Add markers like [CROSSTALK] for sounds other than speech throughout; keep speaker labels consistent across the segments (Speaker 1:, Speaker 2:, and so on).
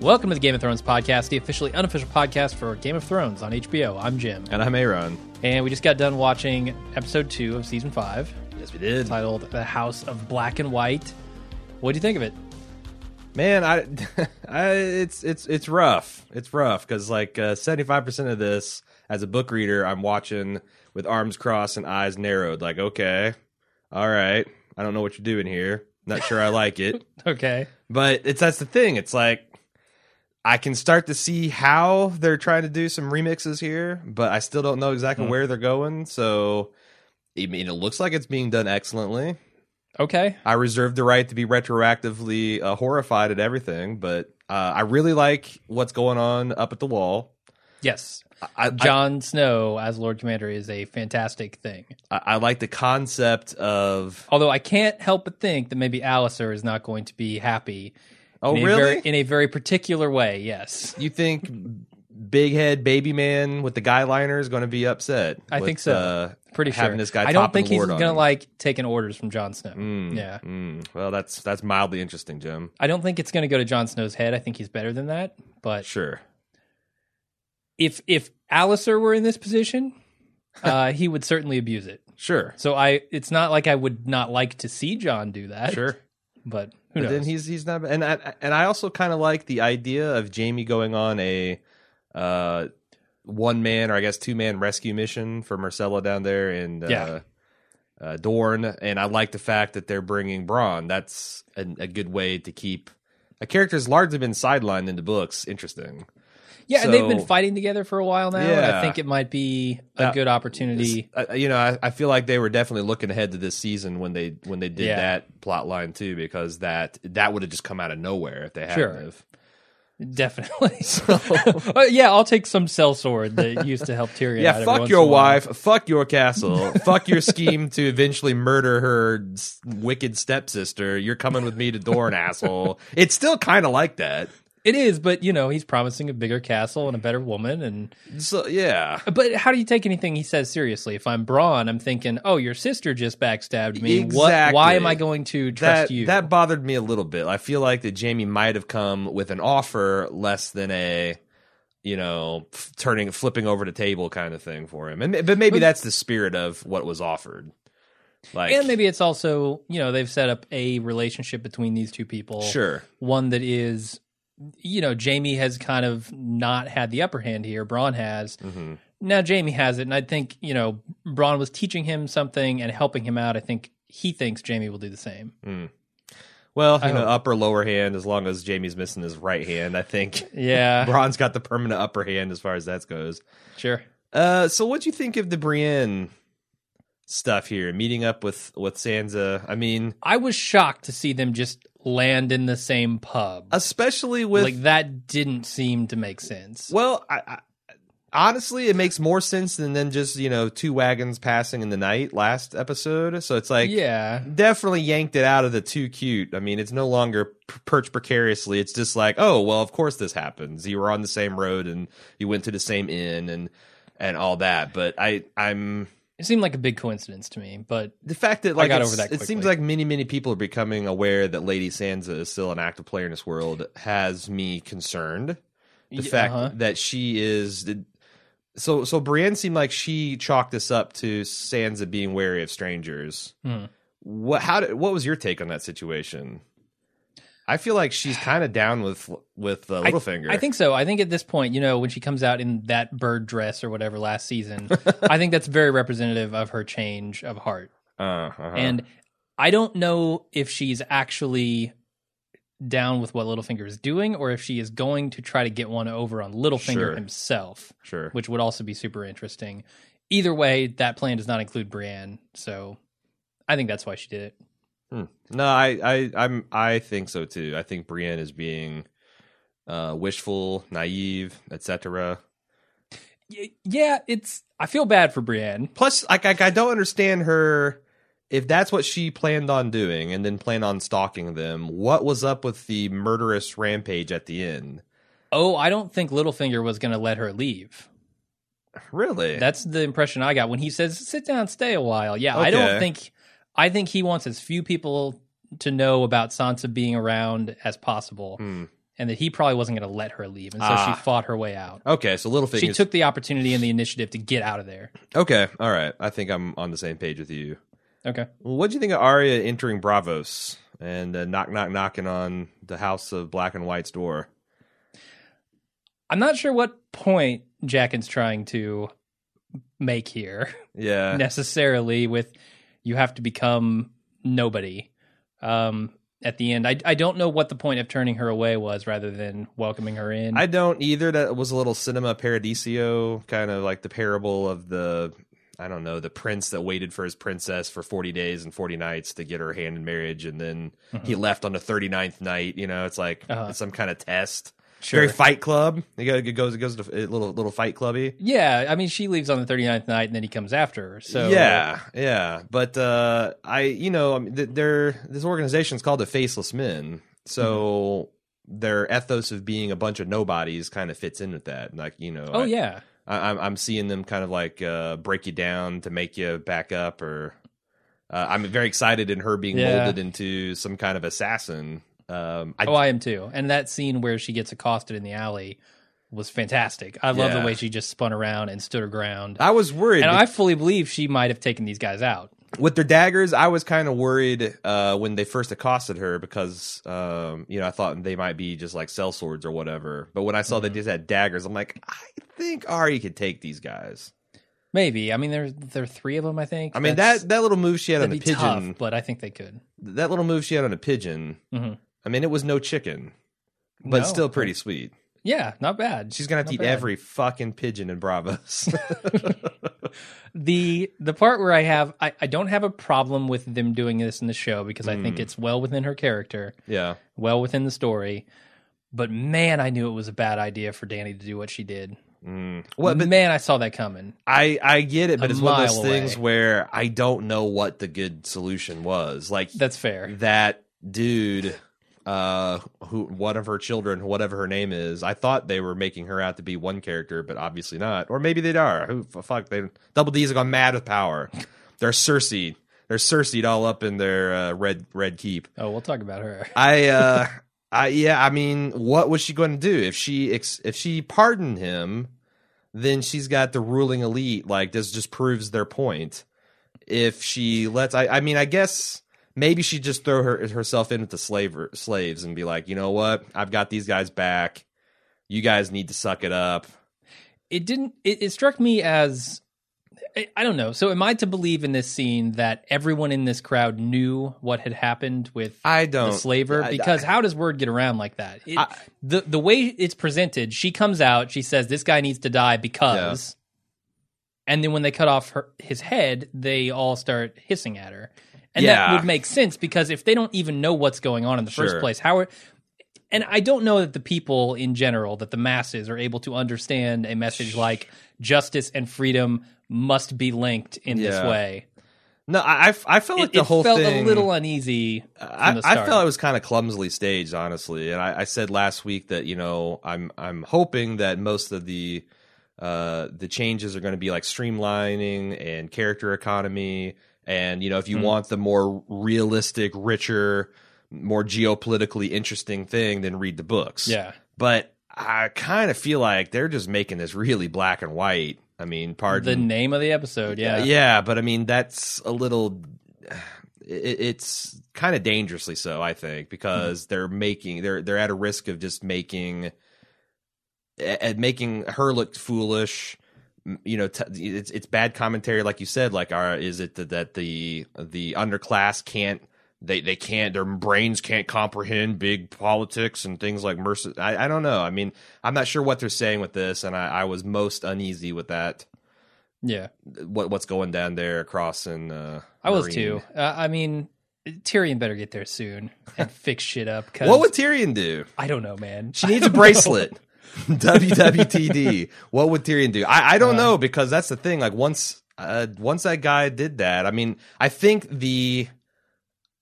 Speaker 1: Welcome to the Game of Thrones podcast, the officially unofficial podcast for Game of Thrones on HBO. I'm Jim,
Speaker 2: And I'm Aaron.
Speaker 1: and we just got done watching episode two of season five,
Speaker 2: Yes, we did.
Speaker 1: titled "The House of Black and White." What do you think of it?
Speaker 2: Man, I, [LAUGHS] I it's it's it's rough. It's rough because like seventy five percent of this, as a book reader, I'm watching with arms crossed and eyes narrowed. Like, okay, all right, I don't know what you're doing here. Not sure I like it. [LAUGHS]
Speaker 1: Okay,
Speaker 2: But it's that's the thing. It's like I can start to see how they're trying to do some remixes here, but I still don't know exactly where they're going. So, Hmm. I mean, it looks like it's being done excellently.
Speaker 1: okay,
Speaker 2: I reserve the right to be retroactively uh, horrified at everything, but uh, I really like what's going on up at the wall.
Speaker 1: yes.
Speaker 2: I, I,
Speaker 1: Jon Snow as Lord Commander is a fantastic thing.
Speaker 2: I, I like the concept of
Speaker 1: Although I can't help but think that maybe Alistair is not going to be happy.
Speaker 2: oh
Speaker 1: in a
Speaker 2: really?
Speaker 1: very, in a very particular way. Yes,
Speaker 2: you think big head baby man with the guy liner is going to be upset?
Speaker 1: I
Speaker 2: with,
Speaker 1: think so.
Speaker 2: Uh,
Speaker 1: pretty sure.
Speaker 2: having this guy
Speaker 1: I don't
Speaker 2: top
Speaker 1: think
Speaker 2: the
Speaker 1: he's
Speaker 2: Lord
Speaker 1: going
Speaker 2: on
Speaker 1: to
Speaker 2: him.
Speaker 1: like taking orders from Jon Snow.
Speaker 2: Mm,
Speaker 1: Yeah.
Speaker 2: mm. Well, that's that's mildly interesting, Jim.
Speaker 1: I don't think it's going to go to Jon Snow's head. I think he's better than that. But
Speaker 2: Sure.
Speaker 1: if if Alistair were in this position,
Speaker 2: [LAUGHS]
Speaker 1: uh, he would certainly abuse it.
Speaker 2: Sure.
Speaker 1: So I, it's not like I would not like to see John do that.
Speaker 2: Sure.
Speaker 1: but who
Speaker 2: But
Speaker 1: knows?
Speaker 2: then he's he's not and I and I also kind of like the idea of Jamie going on a uh one man or I guess two man rescue mission for Marcella down there and uh,
Speaker 1: Yeah.
Speaker 2: uh Dorn and I like the fact that they're bringing Braun. That's a, a good way to keep a character's largely been sidelined in the books. Interesting.
Speaker 1: yeah, and they've been
Speaker 2: so-
Speaker 1: fighting together for a while now, and I
Speaker 2: Yeah.
Speaker 1: think it might be a
Speaker 2: That-
Speaker 1: good opportunity.
Speaker 2: I, I- uh, you know, I, I feel like they were definitely looking ahead to this season when they when they did
Speaker 1: Yeah.
Speaker 2: that plot line too, because that that would have just come out of nowhere if they hadn't.
Speaker 1: Sure.
Speaker 2: have. [LAUGHS]
Speaker 1: Definitely. [LAUGHS] Uh, yeah, I'll take some cell sword that used to help Tyrion. out
Speaker 2: Yeah,
Speaker 1: every
Speaker 2: fuck
Speaker 1: once
Speaker 2: your
Speaker 1: in a while.
Speaker 2: wife, fuck your castle, fuck your scheme to eventually murder her s- wicked stepsister. You're coming with me to Dorne, asshole. It's still kind of like that.
Speaker 1: It is, but you know, he's promising a bigger castle and a better woman and
Speaker 2: So yeah,
Speaker 1: But how do you take anything he says seriously? If I'm Braun, I'm thinking, oh, your sister just backstabbed me. What?
Speaker 2: Exactly.
Speaker 1: Why am I going to trust
Speaker 2: that
Speaker 1: you?
Speaker 2: that bothered me a little bit. I feel like that Jamie might have come with an offer less than a. You know, f- turning, flipping over the table kind of thing for him, and ma- but maybe that's the spirit of what was offered. Like,
Speaker 1: and maybe it's also, you know, they've set up a relationship between these two people.
Speaker 2: sure,
Speaker 1: One that is, you know, Jamie has kind of not had the upper hand here. Braun has.
Speaker 2: Mhm.
Speaker 1: Now Jamie has it. And I think, you know, Braun was teaching him something and helping him out. I think he thinks Jamie will do the same.
Speaker 2: Well, you
Speaker 1: I
Speaker 2: know,
Speaker 1: hope.
Speaker 2: upper lower hand. As long as Jamie's missing his right hand, I think
Speaker 1: Yeah.
Speaker 2: [LAUGHS] Braun's got the permanent upper hand as far as that goes.
Speaker 1: sure.
Speaker 2: Uh, so what do you think of the Brienne stuff here? Meeting up with with Sansa. I mean,
Speaker 1: I was shocked to see them just land in the same pub.
Speaker 2: especially with
Speaker 1: like that didn't seem to make sense.
Speaker 2: well, I. I Honestly, it makes more sense than them just you know two wagons passing in the night last episode. So it's like,
Speaker 1: yeah,
Speaker 2: definitely yanked it out of the too cute. I mean, it's no longer p- perched precariously. It's just like, oh well, of course this happens. You were on the same road and you went to the same inn and and all that. But I I'm
Speaker 1: it seemed like a big coincidence to me, but
Speaker 2: the fact that like
Speaker 1: got
Speaker 2: it's-
Speaker 1: over that
Speaker 2: it seems
Speaker 1: quickly.
Speaker 2: like many many people are becoming aware that Lady Sansa is still an active player in this world has me concerned. The
Speaker 1: Yeah,
Speaker 2: fact
Speaker 1: uh-huh.
Speaker 2: that she is so so Brienne seemed like she chalked this up to Sansa being wary of strangers.
Speaker 1: hmm.
Speaker 2: What how did, what was your take on that situation? I feel like
Speaker 1: [SIGHS]
Speaker 2: she's kind of down with with uh, Littlefinger.
Speaker 1: I think so. I think at this point, you know, when she comes out in that bird dress or whatever last
Speaker 2: [LAUGHS]
Speaker 1: season, I think that's very representative of her change of heart.
Speaker 2: uh, uh-huh.
Speaker 1: And I don't know if she's actually down with what Littlefinger is doing or if she is going to try to get one over on Littlefinger
Speaker 2: Sure.
Speaker 1: himself,
Speaker 2: sure,
Speaker 1: which would also be super interesting. Either way, that plan does not include Brienne, so I think that's why she did it.
Speaker 2: no, I, I I'm I think so too. I think Brienne is being uh, wishful, naive, etc.
Speaker 1: Y- yeah, it's. I feel bad for Brienne.
Speaker 2: Plus, like I, I don't understand her. If that's what she planned on doing, and then planned on stalking them, what was up with the murderous rampage at the end?
Speaker 1: Oh, I don't think Littlefinger was going to let her leave.
Speaker 2: Really?
Speaker 1: That's the impression I got when he says, "Sit down, stay a while." Yeah, I don't
Speaker 2: Okay.
Speaker 1: think. I think he wants as few people to know about Sansa being around as possible.
Speaker 2: Hmm.
Speaker 1: and that he probably wasn't going to let her leave, and so
Speaker 2: Ah.
Speaker 1: she fought her way out.
Speaker 2: Okay, so little
Speaker 1: She
Speaker 2: figures.
Speaker 1: took the opportunity and the initiative to get out of there.
Speaker 2: okay, all right. I think I'm on the same page with you.
Speaker 1: Okay,
Speaker 2: Well, what do you think of Arya entering Bravos and uh, knock, knock, knocking on the House of Black and White's door?
Speaker 1: I'm not sure what point Jackin's trying to make here.
Speaker 2: Yeah,
Speaker 1: necessarily with you have to become nobody um at the end I, I don't know what the point of turning her away was rather than welcoming her in
Speaker 2: I don't either. That was a little cinema paradiso, kind of like the parable of the, I don't know, the prince that waited for his princess for 40 days and 40 nights to get her hand in marriage. And then he left on the 39th night. You know, it's like
Speaker 1: Mm-hmm. Uh-huh.
Speaker 2: it's some kind of test.
Speaker 1: sure
Speaker 2: Very fight club. It goes, it goes, it goes to a little, little fight clubby.
Speaker 1: yeah i mean she leaves on the 39th night and then he comes after her so
Speaker 2: yeah, yeah. But uh, I, you know, I mean, th- they're, this organization's called the Faceless Men. So.
Speaker 1: Mm-hmm.
Speaker 2: Their ethos of being a bunch of nobodies kind of fits in with that. Like, you know,
Speaker 1: oh
Speaker 2: I-
Speaker 1: yeah
Speaker 2: I, I'm I'm seeing them kind of like uh, break you down to make you back up, or uh, I'm very excited in her being
Speaker 1: Yeah.
Speaker 2: molded into some kind of assassin. Um, I,
Speaker 1: oh i am too and that scene where she gets accosted in the alley was fantastic i love
Speaker 2: Yeah.
Speaker 1: the way she just spun around and stood her ground
Speaker 2: I was worried
Speaker 1: and
Speaker 2: be-
Speaker 1: i fully believe she might have taken these guys out
Speaker 2: with their daggers. I was kind of worried uh, when they first accosted her because um, you know I thought they might be just like cell swords or whatever. But when I saw
Speaker 1: Mm-hmm.
Speaker 2: they just had daggers, I'm like, I think Ari could take these guys.
Speaker 1: maybe i mean there, there are three of them i think
Speaker 2: I mean
Speaker 1: That's-
Speaker 2: that that little move she had on
Speaker 1: that'd
Speaker 2: a
Speaker 1: be
Speaker 2: pigeon,
Speaker 1: tough but i think they could
Speaker 2: that little move she had on a pigeon.
Speaker 1: Mhm.
Speaker 2: I mean, it was no chicken, but
Speaker 1: No.
Speaker 2: still pretty sweet.
Speaker 1: Yeah, not bad.
Speaker 2: She's gonna have to eat
Speaker 1: Not bad.
Speaker 2: every fucking pigeon
Speaker 1: [LAUGHS]
Speaker 2: in Bravos. [LAUGHS]
Speaker 1: the the part where I have I, I don't have a problem with them doing this in the show because I
Speaker 2: Hmm.
Speaker 1: think it's well within her character,
Speaker 2: yeah,
Speaker 1: well within the story. But man, I knew it was a bad idea for Danny to do what she did.
Speaker 2: Mm. well, but
Speaker 1: man, I saw that coming.
Speaker 2: I I get it, but
Speaker 1: A
Speaker 2: it's one of those
Speaker 1: mile
Speaker 2: things
Speaker 1: away.
Speaker 2: where I don't know what the good solution was. Like
Speaker 1: That's fair.
Speaker 2: that dude, uh, who one of her children, whatever her name is, I thought they were making her out to be one character, but obviously not. Or maybe they are. Who f- fuck? They Double D's have gone mad with power. They're Cersei. They're Cersei'd all up in their uh, red red keep.
Speaker 1: Oh, we'll talk about her.
Speaker 2: I uh I yeah, I mean, what was she going to do if she ex- if she pardoned him, then she's got the ruling elite like this just proves their point. If she lets I I mean, I guess maybe she just throw her herself in with the slaver slaves and be like, "You know what? I've got these guys back. You guys need to suck it up."
Speaker 1: It didn't. It, it struck me as I- I don't know. So, am I to believe in this scene that everyone in this crowd knew what had happened with
Speaker 2: I don't
Speaker 1: the slaver
Speaker 2: I- [LAUGHS]
Speaker 1: because how does word get around like that? It,
Speaker 2: I-
Speaker 1: the the way it's presented, she comes out, she says this guy needs to die because, and then when they cut off her, his head, they all start hissing at her, and that
Speaker 2: Yeah.
Speaker 1: would make sense because if they don't even know what's going on in the
Speaker 2: Sure.
Speaker 1: first place, how are and I don't know that the people in general, that the masses are able to understand a message like justice and freedom must be linked in this
Speaker 2: Yeah.
Speaker 1: way.
Speaker 2: No, I I f- I felt like
Speaker 1: It,
Speaker 2: the
Speaker 1: it
Speaker 2: whole
Speaker 1: felt
Speaker 2: thing
Speaker 1: a
Speaker 2: Uh,
Speaker 1: little uneasy.
Speaker 2: I,
Speaker 1: the
Speaker 2: I
Speaker 1: start.
Speaker 2: felt it was kind of clumsily staged, honestly. And I, I said last week that you know I'm I'm hoping that most of the uh, the changes are going to be like streamlining and character economy, and you know if you
Speaker 1: Hmm.
Speaker 2: want the more realistic, richer, more geopolitically interesting thing, then read the books.
Speaker 1: Yeah.
Speaker 2: but I kind of feel like they're just making this really black and white. I mean, pardon
Speaker 1: The name of the episode, yeah.
Speaker 2: yeah, but I mean that's a little. [SIGHS] it- It's kind of dangerously so, I think, because they're making they're they're at a risk of just making, at making her look foolish. M- You know, t- it's it's bad commentary, like you said. Like, are is it that- that the the underclass can't they they can't their brains can't comprehend big politics and things like mercy? I I don't know. I mean, I'm not sure what they're saying with this, and I, I was most uneasy with that
Speaker 1: Yeah,
Speaker 2: what what's going down there across in uh
Speaker 1: I was
Speaker 2: Marine.
Speaker 1: too. Uh, I mean, Tyrion better get there soon
Speaker 2: [LAUGHS]
Speaker 1: and fix shit up. Cause
Speaker 2: What would Tyrion do?
Speaker 1: I don't know, man.
Speaker 2: She needs a [LAUGHS] bracelet. WWTD. What would Tyrion do? I, I don't know because that's the thing. Like once uh, once that guy did that, I mean, I think the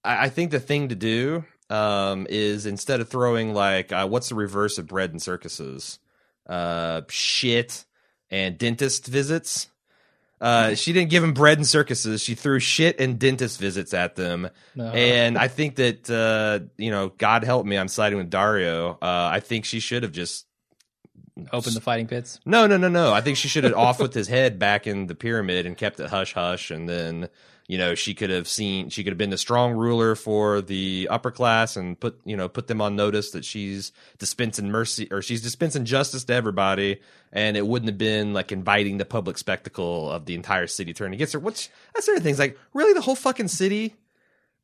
Speaker 2: I, I think the thing to do um is instead of throwing like uh, what's the reverse of bread and circuses? Uh shit and dentist visits. Uh, she didn't give him bread and circuses. She threw shit and dentist visits at them.
Speaker 1: No.
Speaker 2: And I think that uh, you know, God help me, I'm siding with Dario. Uh, I think she should have just
Speaker 1: Open the fighting pits.
Speaker 2: no, no, no, no. I think she should have off with his head back in the pyramid and kept it hush hush, and then you know she could have seen she could have been the strong ruler for the upper class and put you know put them on notice that she's dispensing mercy or she's dispensing justice to everybody, and it wouldn't have been like inviting the public spectacle of the entire city turning against her. What's that's the other thing's like really the whole fucking city.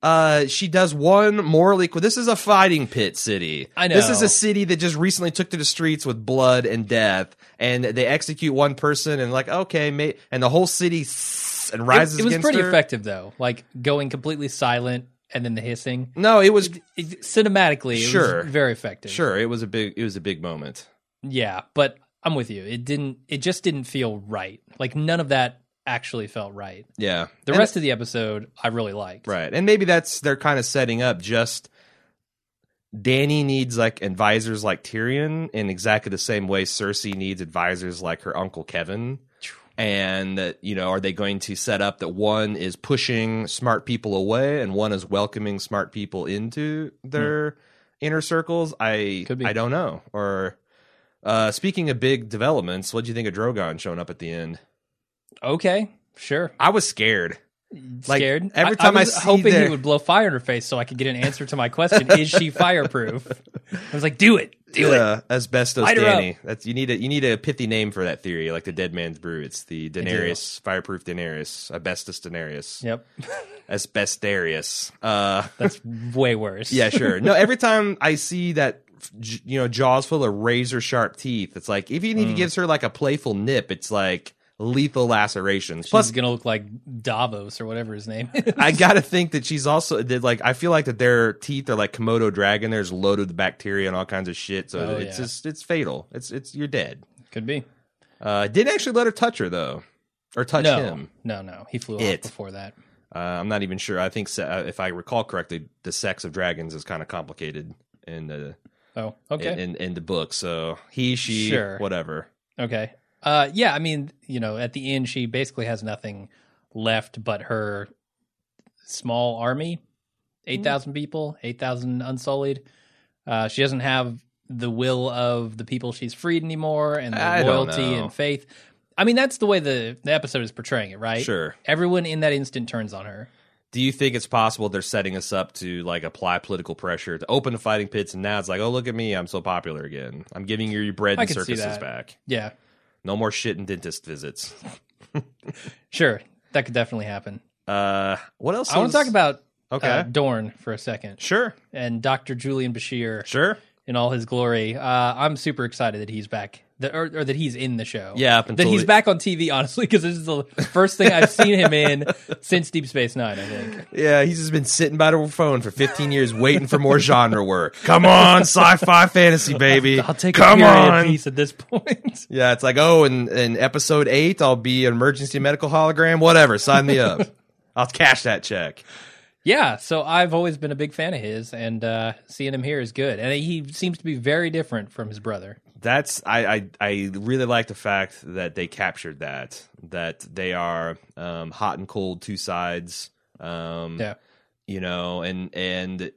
Speaker 2: Uh, she does one morally. This is a fighting pit city.
Speaker 1: I know.
Speaker 2: This is a city that just recently took to the streets with blood and death, and they execute one person, and like, okay, mate, and the whole city s- and rises.
Speaker 1: it, it was
Speaker 2: against
Speaker 1: pretty
Speaker 2: her.
Speaker 1: effective though. Like going completely silent and then the hissing.
Speaker 2: No, it was
Speaker 1: It, cinematically, it
Speaker 2: Sure.
Speaker 1: was very effective.
Speaker 2: sure. It was a big. It was a big moment.
Speaker 1: Yeah, but I'm with you. It didn't. It just didn't feel right. Like none of that actually felt right.
Speaker 2: Yeah.
Speaker 1: The
Speaker 2: And-
Speaker 1: rest of the episode, I really liked.
Speaker 2: Right. And maybe that's they're kind of setting up just Danny needs like advisors like Tyrion in exactly the same way Cersei needs advisors like her uncle Kevin. And uh, you know, are they going to set up that one is pushing smart people away and one is welcoming smart people into their inner circles? I
Speaker 1: Hmm. Could be.
Speaker 2: I don't know. Or uh, speaking of big developments, what do you think of Drogon showing up at the end?
Speaker 1: Okay. Sure.
Speaker 2: I was scared. Like,
Speaker 1: Scared.
Speaker 2: every time I
Speaker 1: was
Speaker 2: see
Speaker 1: hoping
Speaker 2: their-
Speaker 1: he would blow fire in her face so I could get an answer to my question: Is she fireproof? I was like, do
Speaker 2: [LAUGHS]
Speaker 1: it, do it.
Speaker 2: Yeah, asbestos
Speaker 1: Light her
Speaker 2: Danny. That's you need a you need a pithy name for that theory, like the dead man's brew. It's the Daenerys, fireproof Daenerys, asbestos Daenerys,
Speaker 1: Yep.
Speaker 2: asbestarius. Uh,
Speaker 1: That's way worse.
Speaker 2: yeah, sure. No, every time I see that, j- you know, jaws full of razor sharp teeth, it's like even if he
Speaker 1: Mm.
Speaker 2: gives her like a playful nip, it's like lethal lacerations.
Speaker 1: She's
Speaker 2: Plus,
Speaker 1: gonna look like Davos or whatever his name. [LAUGHS] is.
Speaker 2: [LAUGHS] I gotta think that she's also did like I feel like that their teeth are like Komodo dragon. There's loaded with bacteria and all kinds of shit. So
Speaker 1: Oh,
Speaker 2: it's
Speaker 1: yeah.
Speaker 2: just it's fatal. It's it's you're dead.
Speaker 1: Could be.
Speaker 2: Uh, didn't actually let her touch her though, or touch
Speaker 1: no,
Speaker 2: him.
Speaker 1: no, no. He flew
Speaker 2: It.
Speaker 1: off before that.
Speaker 2: Uh, I'm not even sure. I think se- uh, if I recall correctly, the sex of dragons is kind of complicated in the
Speaker 1: Oh, okay.
Speaker 2: in, in in the book. So he, she,
Speaker 1: Sure.
Speaker 2: whatever.
Speaker 1: Okay. Uh, yeah, I mean, you know, at the end, she basically has nothing left but her small army,
Speaker 2: Mm-hmm.
Speaker 1: eight thousand people, eight thousand unsullied. Uh, she doesn't have the will of the people she's freed anymore, and the
Speaker 2: I don't
Speaker 1: loyalty
Speaker 2: know.
Speaker 1: and faith. I mean, that's the way the, the episode is portraying it, right?
Speaker 2: Sure.
Speaker 1: Everyone in that instant turns on her.
Speaker 2: Do you think it's possible they're setting us up to like apply political pressure to open the fighting pits, and now it's like, oh look at me, I'm so popular again. I'm giving you your bread
Speaker 1: I
Speaker 2: and
Speaker 1: could see
Speaker 2: circuses
Speaker 1: that.
Speaker 2: back.
Speaker 1: Yeah,
Speaker 2: No more shit and dentist visits.
Speaker 1: sure, that could definitely happen.
Speaker 2: Uh, what else?
Speaker 1: I want
Speaker 2: is-
Speaker 1: to talk about
Speaker 2: Okay.
Speaker 1: uh, Dorn for a second
Speaker 2: sure.
Speaker 1: and Doctor Julian Bashir.
Speaker 2: Sure.
Speaker 1: in all his glory. Uh, I'm super excited that he's back, that, or, or that he's in the show.
Speaker 2: Yeah, up
Speaker 1: that
Speaker 2: until
Speaker 1: he's
Speaker 2: the-
Speaker 1: back on TV. Honestly, because this is the first thing I've seen him
Speaker 2: [LAUGHS]
Speaker 1: in since Deep Space Nine. I think.
Speaker 2: Yeah, he's just been sitting by the phone for 15 years waiting for [LAUGHS] more genre work. Come on, sci-fi fantasy baby.
Speaker 1: I'll take
Speaker 2: Come
Speaker 1: a period
Speaker 2: on.
Speaker 1: piece at this point. [LAUGHS]
Speaker 2: Yeah, it's like, "Oh, in, in episode 8, I'll be an emergency medical hologram, whatever. Sign me up. [LAUGHS] I'll cash that check."
Speaker 1: yeah, so I've always been a big fan of his, and uh, seeing him here is good. And he seems to be very different from his brother.
Speaker 2: That's I I, I really like the fact that they captured that that they are um, hot and cold two sides. Um
Speaker 1: Yeah.
Speaker 2: you know and and it,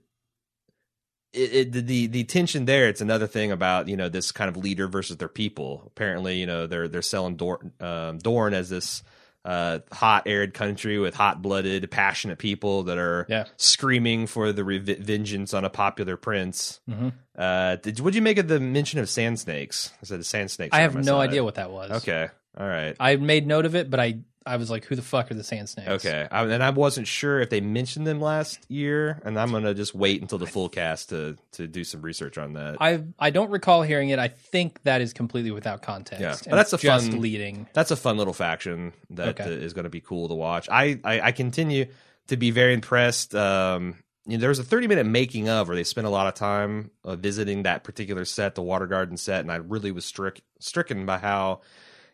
Speaker 2: it the- the the tension there it's another thing about you know this kind of leader versus their people apparently you know they're they're selling Dorn, um, Dorn as this uh, hot arid country with hot-blooded passionate people that are
Speaker 1: Yeah.
Speaker 2: screaming for the re- vengeance on a popular prince
Speaker 1: Mhm.
Speaker 2: uh did what'd you make of the mention of sand snakes i said the sand snakes
Speaker 1: I
Speaker 2: are
Speaker 1: have
Speaker 2: on my
Speaker 1: no
Speaker 2: side.
Speaker 1: idea what that was.
Speaker 2: okay all right
Speaker 1: I made note of it, but I I was like, who the fuck are the Sand Snakes?
Speaker 2: Okay, I, and I wasn't sure if they mentioned them last year, and I'm gonna just wait until the full cast to to do some research on that.
Speaker 1: I I don't recall hearing it. I think that is completely without context.
Speaker 2: Yeah, but
Speaker 1: and
Speaker 2: that's
Speaker 1: it's
Speaker 2: a
Speaker 1: just
Speaker 2: fun-
Speaker 1: leading.
Speaker 2: That's a fun little faction that
Speaker 1: Okay.
Speaker 2: uh, is going to be cool to watch. I, I I continue to be very impressed. Um, you know, there was a 30 minute making of where they spent a lot of time uh, visiting that particular set, the Water Garden set, and I really was strick stricken by how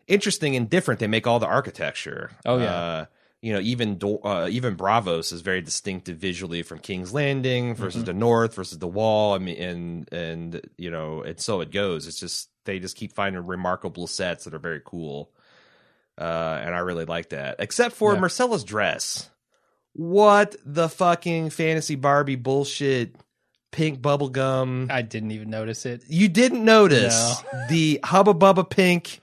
Speaker 2: interesting and different they make all the architecture.
Speaker 1: Oh, yeah.
Speaker 2: Uh, you know, even Do- uh, even Bravos is very distinctive visually from King's Landing versus the North versus the Wall. I mean, and and you know, and so it goes. It's just they just keep finding remarkable sets that are very cool. uh, and I really like that. Except for
Speaker 1: Yeah.
Speaker 2: Marcella's dress. What the fucking fantasy Barbie bullshit? Pink bubblegum.
Speaker 1: I didn't even notice it.
Speaker 2: You didn't notice the Hubba Bubba pink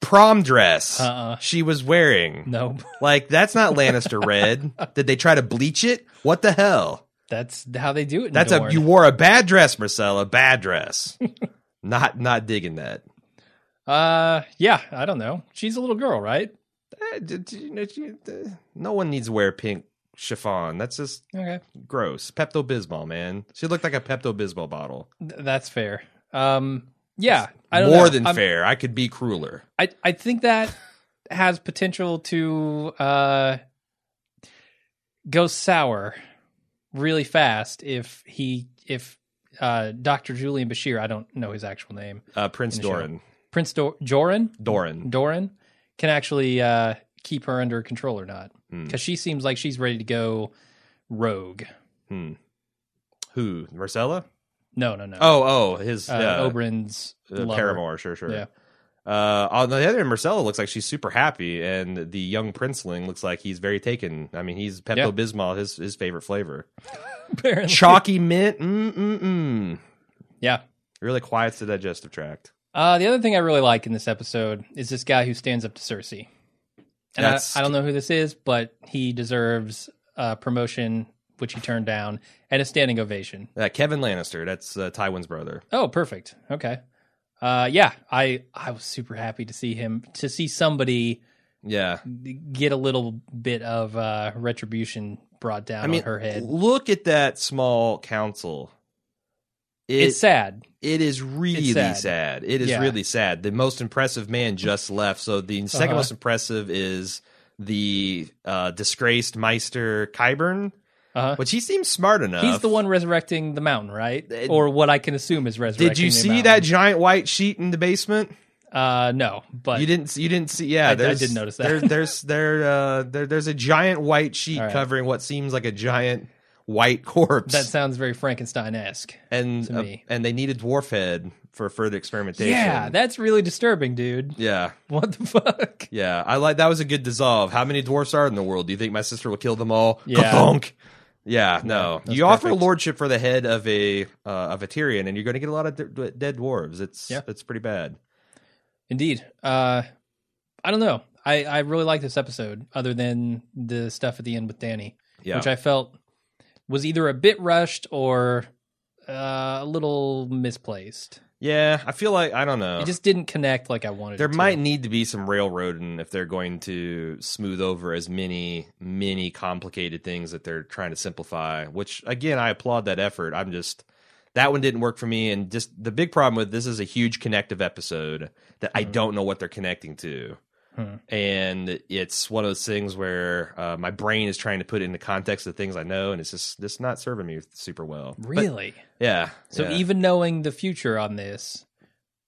Speaker 2: prom dress
Speaker 1: Uh uh
Speaker 2: she was wearing.
Speaker 1: Nope.
Speaker 2: Like that's not Lannister red. Did they try to bleach it? What the hell?
Speaker 1: [LAUGHS] That's how they do it. In
Speaker 2: That's
Speaker 1: Dorne.
Speaker 2: a you wore a bad dress, Marcella.
Speaker 1: [LAUGHS]
Speaker 2: Bad dress. not not digging that.
Speaker 1: Uh, yeah, I don't know. She's a little girl, right?
Speaker 2: Eh, d- d- you know, you- d- No one needs to wear pink chiffon. That's just
Speaker 1: Okay,
Speaker 2: gross. Pepto Bismol, man. She looked like a Pepto Bismol bottle.
Speaker 1: Th- that's fair. Um, yeah, I don't
Speaker 2: More
Speaker 1: know.
Speaker 2: than
Speaker 1: I'm-
Speaker 2: fair. I could be crueler.
Speaker 1: I I think that has potential to uh go sour really fast if he if uh Dr. Julian Bashir, I don't know his actual name,
Speaker 2: Uh, Prince
Speaker 1: In the show.
Speaker 2: Doran.
Speaker 1: Prince Dor- Joran
Speaker 2: Doran.
Speaker 1: Doran can actually uh keep her under control or not
Speaker 2: Hmm.
Speaker 1: because she seems like she's ready to go rogue.
Speaker 2: Hmm. Who? Marcella?
Speaker 1: No, no, no.
Speaker 2: Oh, oh, his
Speaker 1: uh,
Speaker 2: uh,
Speaker 1: Oberyn's
Speaker 2: uh,
Speaker 1: lover.
Speaker 2: paramour. Sure, sure.
Speaker 1: Yeah.
Speaker 2: Uh, on the other hand, Marcella looks like she's super happy, and the young princeling looks like he's very taken. I mean, he's Pepto Bismol, his his favorite flavor.
Speaker 1: [LAUGHS] [LAUGHS] Apparently.
Speaker 2: Chalky mint, mm mm mm.
Speaker 1: Yeah.
Speaker 2: Really quiets the digestive tract.
Speaker 1: Uh, the other thing I really like in this episode is this guy who stands up to Cersei. And I,
Speaker 2: That's-
Speaker 1: I don't know who this is, but he deserves a promotion, which he turned down, and a standing ovation.
Speaker 2: Uh, Kevin Lannister, that's uh, Tywin's brother.
Speaker 1: Oh, perfect. Okay. Uh, yeah, I I was super happy to see him to see somebody
Speaker 2: Yeah,
Speaker 1: get a little bit of uh, retribution brought down on her head.
Speaker 2: Look at that small council. It,
Speaker 1: it's sad.
Speaker 2: It is really
Speaker 1: sad.
Speaker 2: sad. It is
Speaker 1: Yeah.
Speaker 2: really sad. The most impressive man just left. So the 2nd
Speaker 1: Uh-huh.
Speaker 2: most impressive is the uh, disgraced Meister Kyburn,
Speaker 1: Uh-huh.
Speaker 2: which he seems smart enough.
Speaker 1: He's the one resurrecting the mountain, right?
Speaker 2: Uh,
Speaker 1: or what I can assume is resurrecting.
Speaker 2: Did you
Speaker 1: the
Speaker 2: see
Speaker 1: mountain.
Speaker 2: that giant white sheet in the basement?
Speaker 1: Uh, no, but
Speaker 2: you didn't. You didn't see. Yeah,
Speaker 1: I- I
Speaker 2: there's-
Speaker 1: did notice that. [LAUGHS]
Speaker 2: There, there's there, uh, there. There's a giant white sheet
Speaker 1: All right.
Speaker 2: covering what seems like a giant white corpse.
Speaker 1: That sounds very Frankenstein esque.
Speaker 2: and
Speaker 1: to
Speaker 2: uh,
Speaker 1: me.
Speaker 2: and they need a dwarf head for further experimentation.
Speaker 1: Yeah, that's really disturbing, dude. [LAUGHS]
Speaker 2: yeah,
Speaker 1: What the fuck?
Speaker 2: yeah. I like that was a good dissolve. How many dwarfs are in the world? Do you think my sister will kill them all?
Speaker 1: Yeah.
Speaker 2: Ka-thunk. Yeah, no.
Speaker 1: that's
Speaker 2: you offer
Speaker 1: perfect.
Speaker 2: lordship for the head of a uh, of a Tyrion, and you're going to get a lot of d- d- dead dwarves. It's
Speaker 1: Yeah.
Speaker 2: it's pretty bad.
Speaker 1: Indeed. Uh, I don't know. I, I really like this episode, other than the stuff at the end with Danny,
Speaker 2: Yeah,
Speaker 1: which I felt was either a bit rushed or uh, a little misplaced.
Speaker 2: yeah. I feel like I don't know.
Speaker 1: It just didn't connect like I wanted.
Speaker 2: there
Speaker 1: it to.
Speaker 2: might need to be some railroading if they're going to smooth over as many many complicated things that they're trying to simplify which again i applaud that effort i'm just that one didn't work for me and just the big problem with this is a huge connective episode that i
Speaker 1: Mhm.
Speaker 2: don't know what they're connecting to
Speaker 1: Hmm.
Speaker 2: and it's one of those things where uh, my brain is trying to put it into context of things i know and it's just just not serving me super well But-
Speaker 1: really.
Speaker 2: yeah
Speaker 1: so
Speaker 2: yeah.
Speaker 1: even knowing the future on this,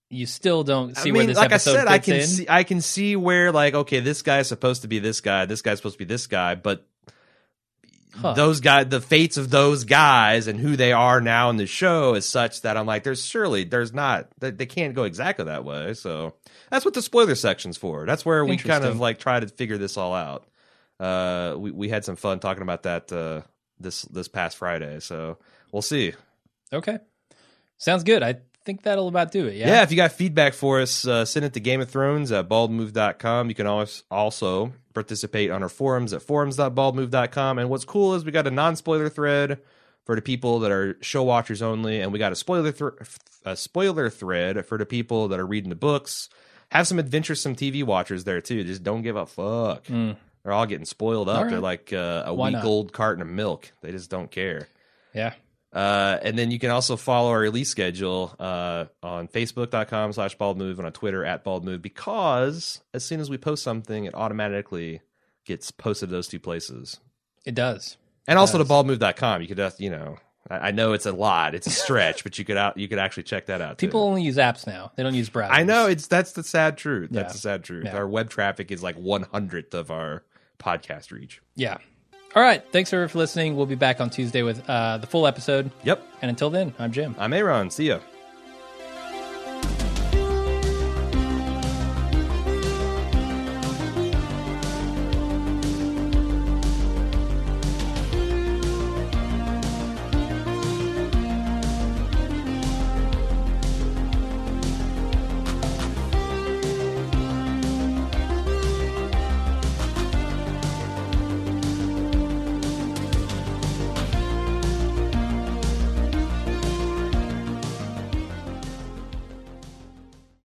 Speaker 1: you still don't see
Speaker 2: I
Speaker 1: where
Speaker 2: mean,
Speaker 1: this
Speaker 2: like I
Speaker 1: episode
Speaker 2: said, I
Speaker 1: fits
Speaker 2: can
Speaker 1: in.
Speaker 2: see I can see where like okay, this guy's supposed to be this guy, this guy's supposed to be this guy, but
Speaker 1: Huh.
Speaker 2: those guys, the fates of those guys and who they are now in the show is such that I'm like, there's surely there's not they, they can't go exactly that way. So that's what the spoiler section's for. That's where we kind of
Speaker 1: Interesting.
Speaker 2: like try to figure this all out. Uh, we we had some fun talking about that uh, this this past Friday. So we'll see.
Speaker 1: Okay, sounds good. I think that'll about do it.
Speaker 2: Yeah. if you got feedback for us, uh, send it to Game of Thrones at baldmove.com. You can always also participate on our forums at forums.baldmove.com. And what's cool is we got a non spoiler thread for the people that are show watchers only, and we got a spoiler thr a spoiler thread for the people that are reading the books. Have some adventuresome TV watchers there too. Just don't give a fuck.
Speaker 1: Mm.
Speaker 2: They're all getting spoiled up.
Speaker 1: All right.
Speaker 2: They're like uh, a
Speaker 1: Why
Speaker 2: week
Speaker 1: not?
Speaker 2: old carton of milk. They just don't care.
Speaker 1: Yeah.
Speaker 2: Uh, and then you can also follow our release schedule uh, on facebook.com slash bald move and on Twitter at bald move because as soon as we post something, it automatically gets posted to those two places.
Speaker 1: It does.
Speaker 2: And also to
Speaker 1: Nice.
Speaker 2: baldmove.com. You could, uh, you know, I, I know it's a
Speaker 1: [LAUGHS]
Speaker 2: lot, it's a stretch, but you could out, you could actually check that out. too.
Speaker 1: People only use apps now. They don't use browsers.
Speaker 2: I know it's that's the sad truth.
Speaker 1: Yeah.
Speaker 2: That's the sad truth.
Speaker 1: Yeah.
Speaker 2: Our web traffic is like one hundredth of our podcast reach.
Speaker 1: Yeah. All right. Thanks everyone for listening. We'll be back on Tuesday with uh, the full episode.
Speaker 2: Yep.
Speaker 1: And until then, I'm Jim.
Speaker 2: I'm Aaron. See ya.